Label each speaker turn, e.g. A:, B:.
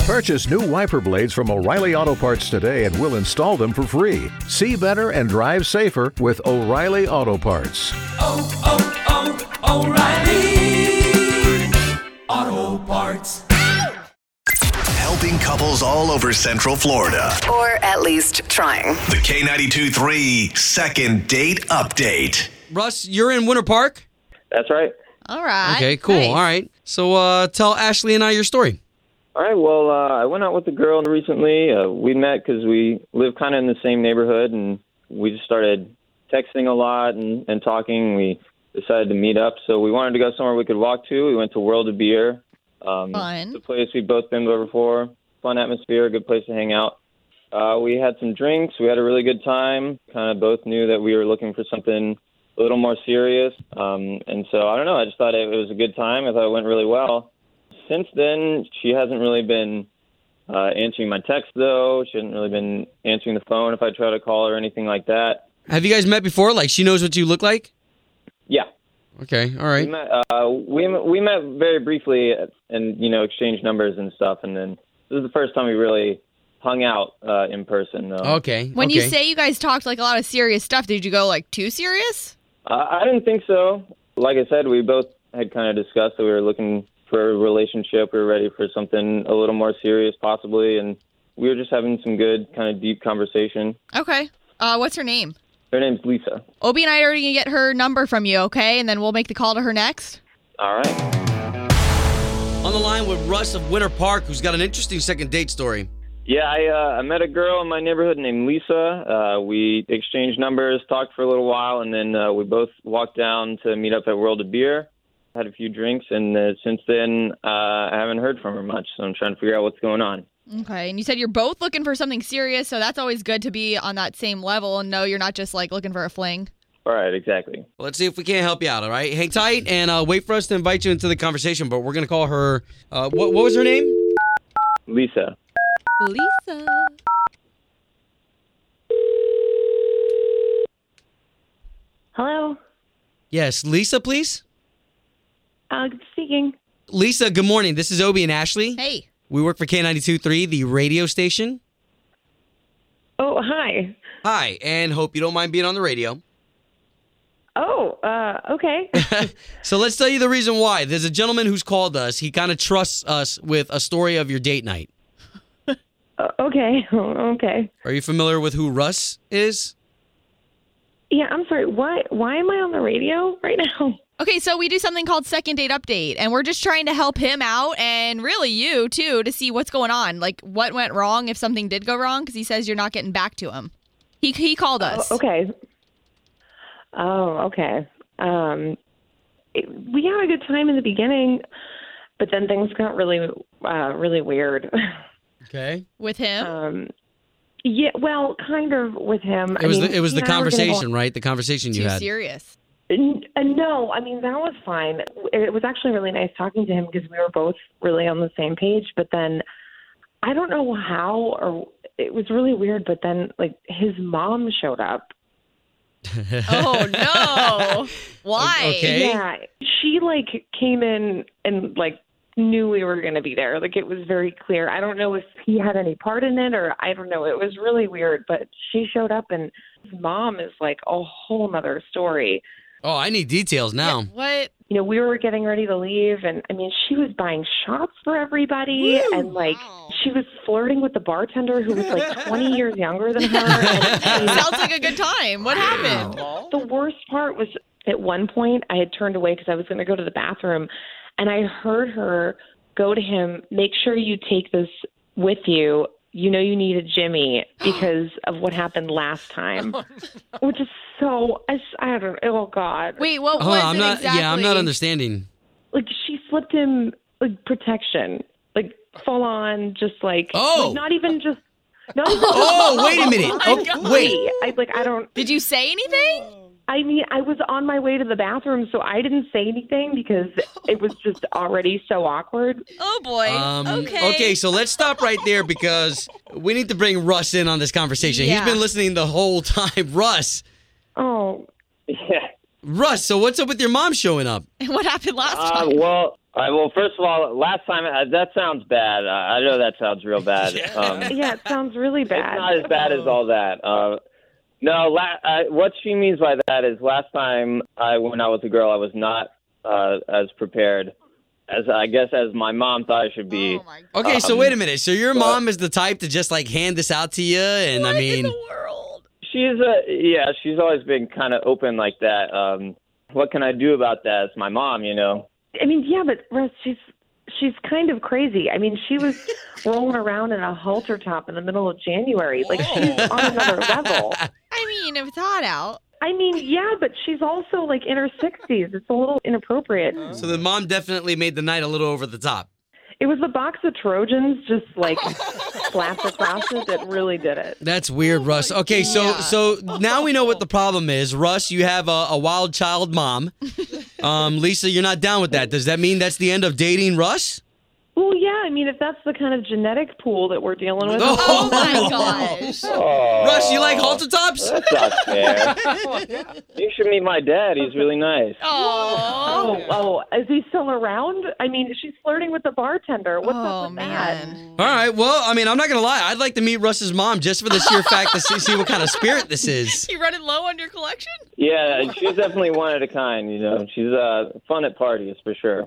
A: Purchase new wiper blades from O'Reilly Auto Parts today and we'll install them for free. See better and drive safer with O'Reilly Auto Parts.
B: oh, oh, O'Reilly Auto Parts.
C: Helping couples all over Central Florida.
D: Or at least trying.
C: The K92 3 Second Date Update.
E: Russ, you're in Winter Park?
F: That's right.
G: All right.
E: Okay, cool.
G: Nice.
E: All right. So uh, tell Ashley and I your story.
F: All right. Well, uh, I went out with a girl recently. Uh, we met because we live kind of in the same neighborhood, and we just started texting a lot and, and talking. We decided to meet up, so we wanted to go somewhere we could walk to. We went to World of Beer. Um,
G: Fun.
F: It's a place we've both been before. Fun atmosphere, good place to hang out. Uh, we had some drinks. We had a really good time. Kind of both knew that we were looking for something a little more serious. Um, and so I don't know. I just thought it, it was a good time. I thought it went really well. Since then, she hasn't really been uh, answering my text though. She hasn't really been answering the phone if I try to call her or anything like that.
E: Have you guys met before? Like she knows what you look like?
F: Yeah,
E: Okay, all
F: we
E: right.
F: met. Uh, we we met very briefly and you know exchanged numbers and stuff. And then this is the first time we really hung out uh, in person though.
E: Okay.
G: When you
E: okay.
G: say you guys talked like a lot of serious stuff, did you go like too serious?
F: Uh, I didn't think so. Like I said, we both had kind of discussed that we were looking for a relationship. We were ready for something a little more serious, possibly, and we were just having some good kind of deep conversation.
G: Okay. Uh, what's her name?
F: Her name's Lisa.
G: Obi and I are going to get her number from you, okay? And then we'll make the call to her next.
F: All right.
E: On the line with Russ of Winter Park, who's got an interesting second date story.
F: Yeah, I, uh, I met a girl in my neighborhood named Lisa. Uh, we exchanged numbers, talked for a little while, and then uh, we both walked down to meet up at World of Beer. Had a few drinks, and uh, since then uh, I haven't heard from her much. So I'm trying to figure out what's going on.
G: Okay. And you said you're both looking for something serious, so that's always good to be on that same level and know you're not just like looking for a fling.
F: All right, exactly.
E: Well, let's see if we can't help you out, all right? Hang tight and uh, wait for us to invite you into the conversation, but we're going to call her. Uh, what, what was her name?
F: Lisa.
G: Lisa.
H: Hello.
E: Yes, Lisa, please.
H: Uh, speaking.
E: Lisa, good morning. This is Obie and Ashley.
G: Hey.
E: We work for K92.3, the radio station.
H: Oh, hi.
E: Hi, and hope you don't mind being on the radio.
H: Oh, uh, okay.
E: so let's tell you the reason why. There's a gentleman who's called us. He kind of trusts us with a story of your date night.
H: Uh, okay. Okay.
E: Are you familiar with who Russ is?
H: Yeah, I'm sorry. What? Why am I on the radio right now?
G: Okay, so we do something called Second Date Update, and we're just trying to help him out and really you too to see what's going on. Like what went wrong if something did go wrong, because he says you're not getting back to him. He, he called us.
H: Okay. Oh, okay. Um, it- we had a good time in the beginning, but then things got really, uh, really weird.
E: Okay.
G: With him.
H: um, yeah. Well, kind of with him.
E: It was the, it was the
H: yeah, we're gonna go
E: conversation, right? The conversation you
G: too
E: had.
G: serious.
H: N- uh, No, I mean that was fine. It was actually really nice talking to him because we were both really on the same page. But then, I don't know how or it was really weird. But then, like his mom showed up.
G: Oh no! Why?
E: Okay.
H: Yeah, she like came in and like knew we were going to be there. Like it was very clear. I don't know if he had any part in it or I don't know. It was really weird. But she showed up and his mom is like a whole nother story.
E: Oh, I need details now.
G: What?
H: you know, we were getting ready to leave, and I mean, she was buying shots for everybody, and like she was flirting with the bartender who was like 20 years younger than her. And
G: Sounds like a good time. What happened?
H: the worst part was at one point I had turned away because I was going to go to the bathroom, and I heard her go to him, make sure you take this with you. You know, you need a Jimmy because of what happened last time, which is so, I, I don't, oh God.
G: Wait, what
E: Hold
G: was
E: on, I'm
G: it
E: not.
G: exactly?
E: Yeah, I'm not understanding.
H: like she slipped him like protection, like full on, just like
E: Oh.
H: like, not even just not even.
E: Oh, wait a minute. Oh, wait.
H: I like I don't.
G: Did you say anything?
H: I mean, I was on my way to the bathroom, so I didn't say anything because it was just already so awkward.
G: Oh boy.
E: Um,
G: okay.
E: so let's stop right there because we need to bring Russ in on this conversation.
G: Yeah.
E: He's been listening the whole time. Russ,
H: Oh,
F: Yeah.
E: Russ. So what's up with your mom showing up?
G: What happened last
F: Uh,
G: time?
F: well, All right, well, first of all, last time uh, that sounds bad. Uh, I know that sounds real bad. Um, it's
H: Yeah, it sounds really bad.
F: not as bad as all that. Uh, no, la- I, what she means by that is last time I went out with a girl, I was not uh, as prepared as I guess as my mom thought I should be.
G: Oh my god.
E: Okay, so wait a minute. So your mom is the type to just like hand this out to you, and I
G: in
E: mean,
G: the world.
F: She's a yeah. She's always been kind of open like that. Um, what can I do about that? It's my mom, you know.
H: I mean, yeah, but Russ, she's she's kind of crazy. I mean, she was rolling around in a halter top in the middle of January. Like she's
E: Oh.
H: on another level.
G: I mean, if it's hot out.
H: I mean, yeah, but she's also like in her sixties. It's a little inappropriate.
E: so the mom definitely made the night a little over the top.
H: It was the box of Trojans just like slapped across it that really did it.
E: That's weird, Russ. Okay,
G: Oh God.
E: so so now we know what the problem is. Russ, you have a, a wild child mom. Um, Lisa, you're not down with that. Does that mean that's the end of dating Russ?
H: Well, yeah, I mean, if that's the kind of genetic pool that we're dealing with,
G: Oh my gosh.
E: Russ, you like halter tops?
F: That's not fair. you should meet my dad. He's really nice.
G: Oh.
H: oh, oh, is he still around? I mean, she's flirting with the bartender. What's
G: Oh,
H: up with that?
G: man.
E: All right. Well, I mean, I'm not gonna lie. I'd like to meet Russ's mom just for the sheer fact to see, see what kind of spirit this is.
G: You running low on your collection?
F: Yeah, and she's definitely one at a kind. You know, she's uh, fun at parties for sure.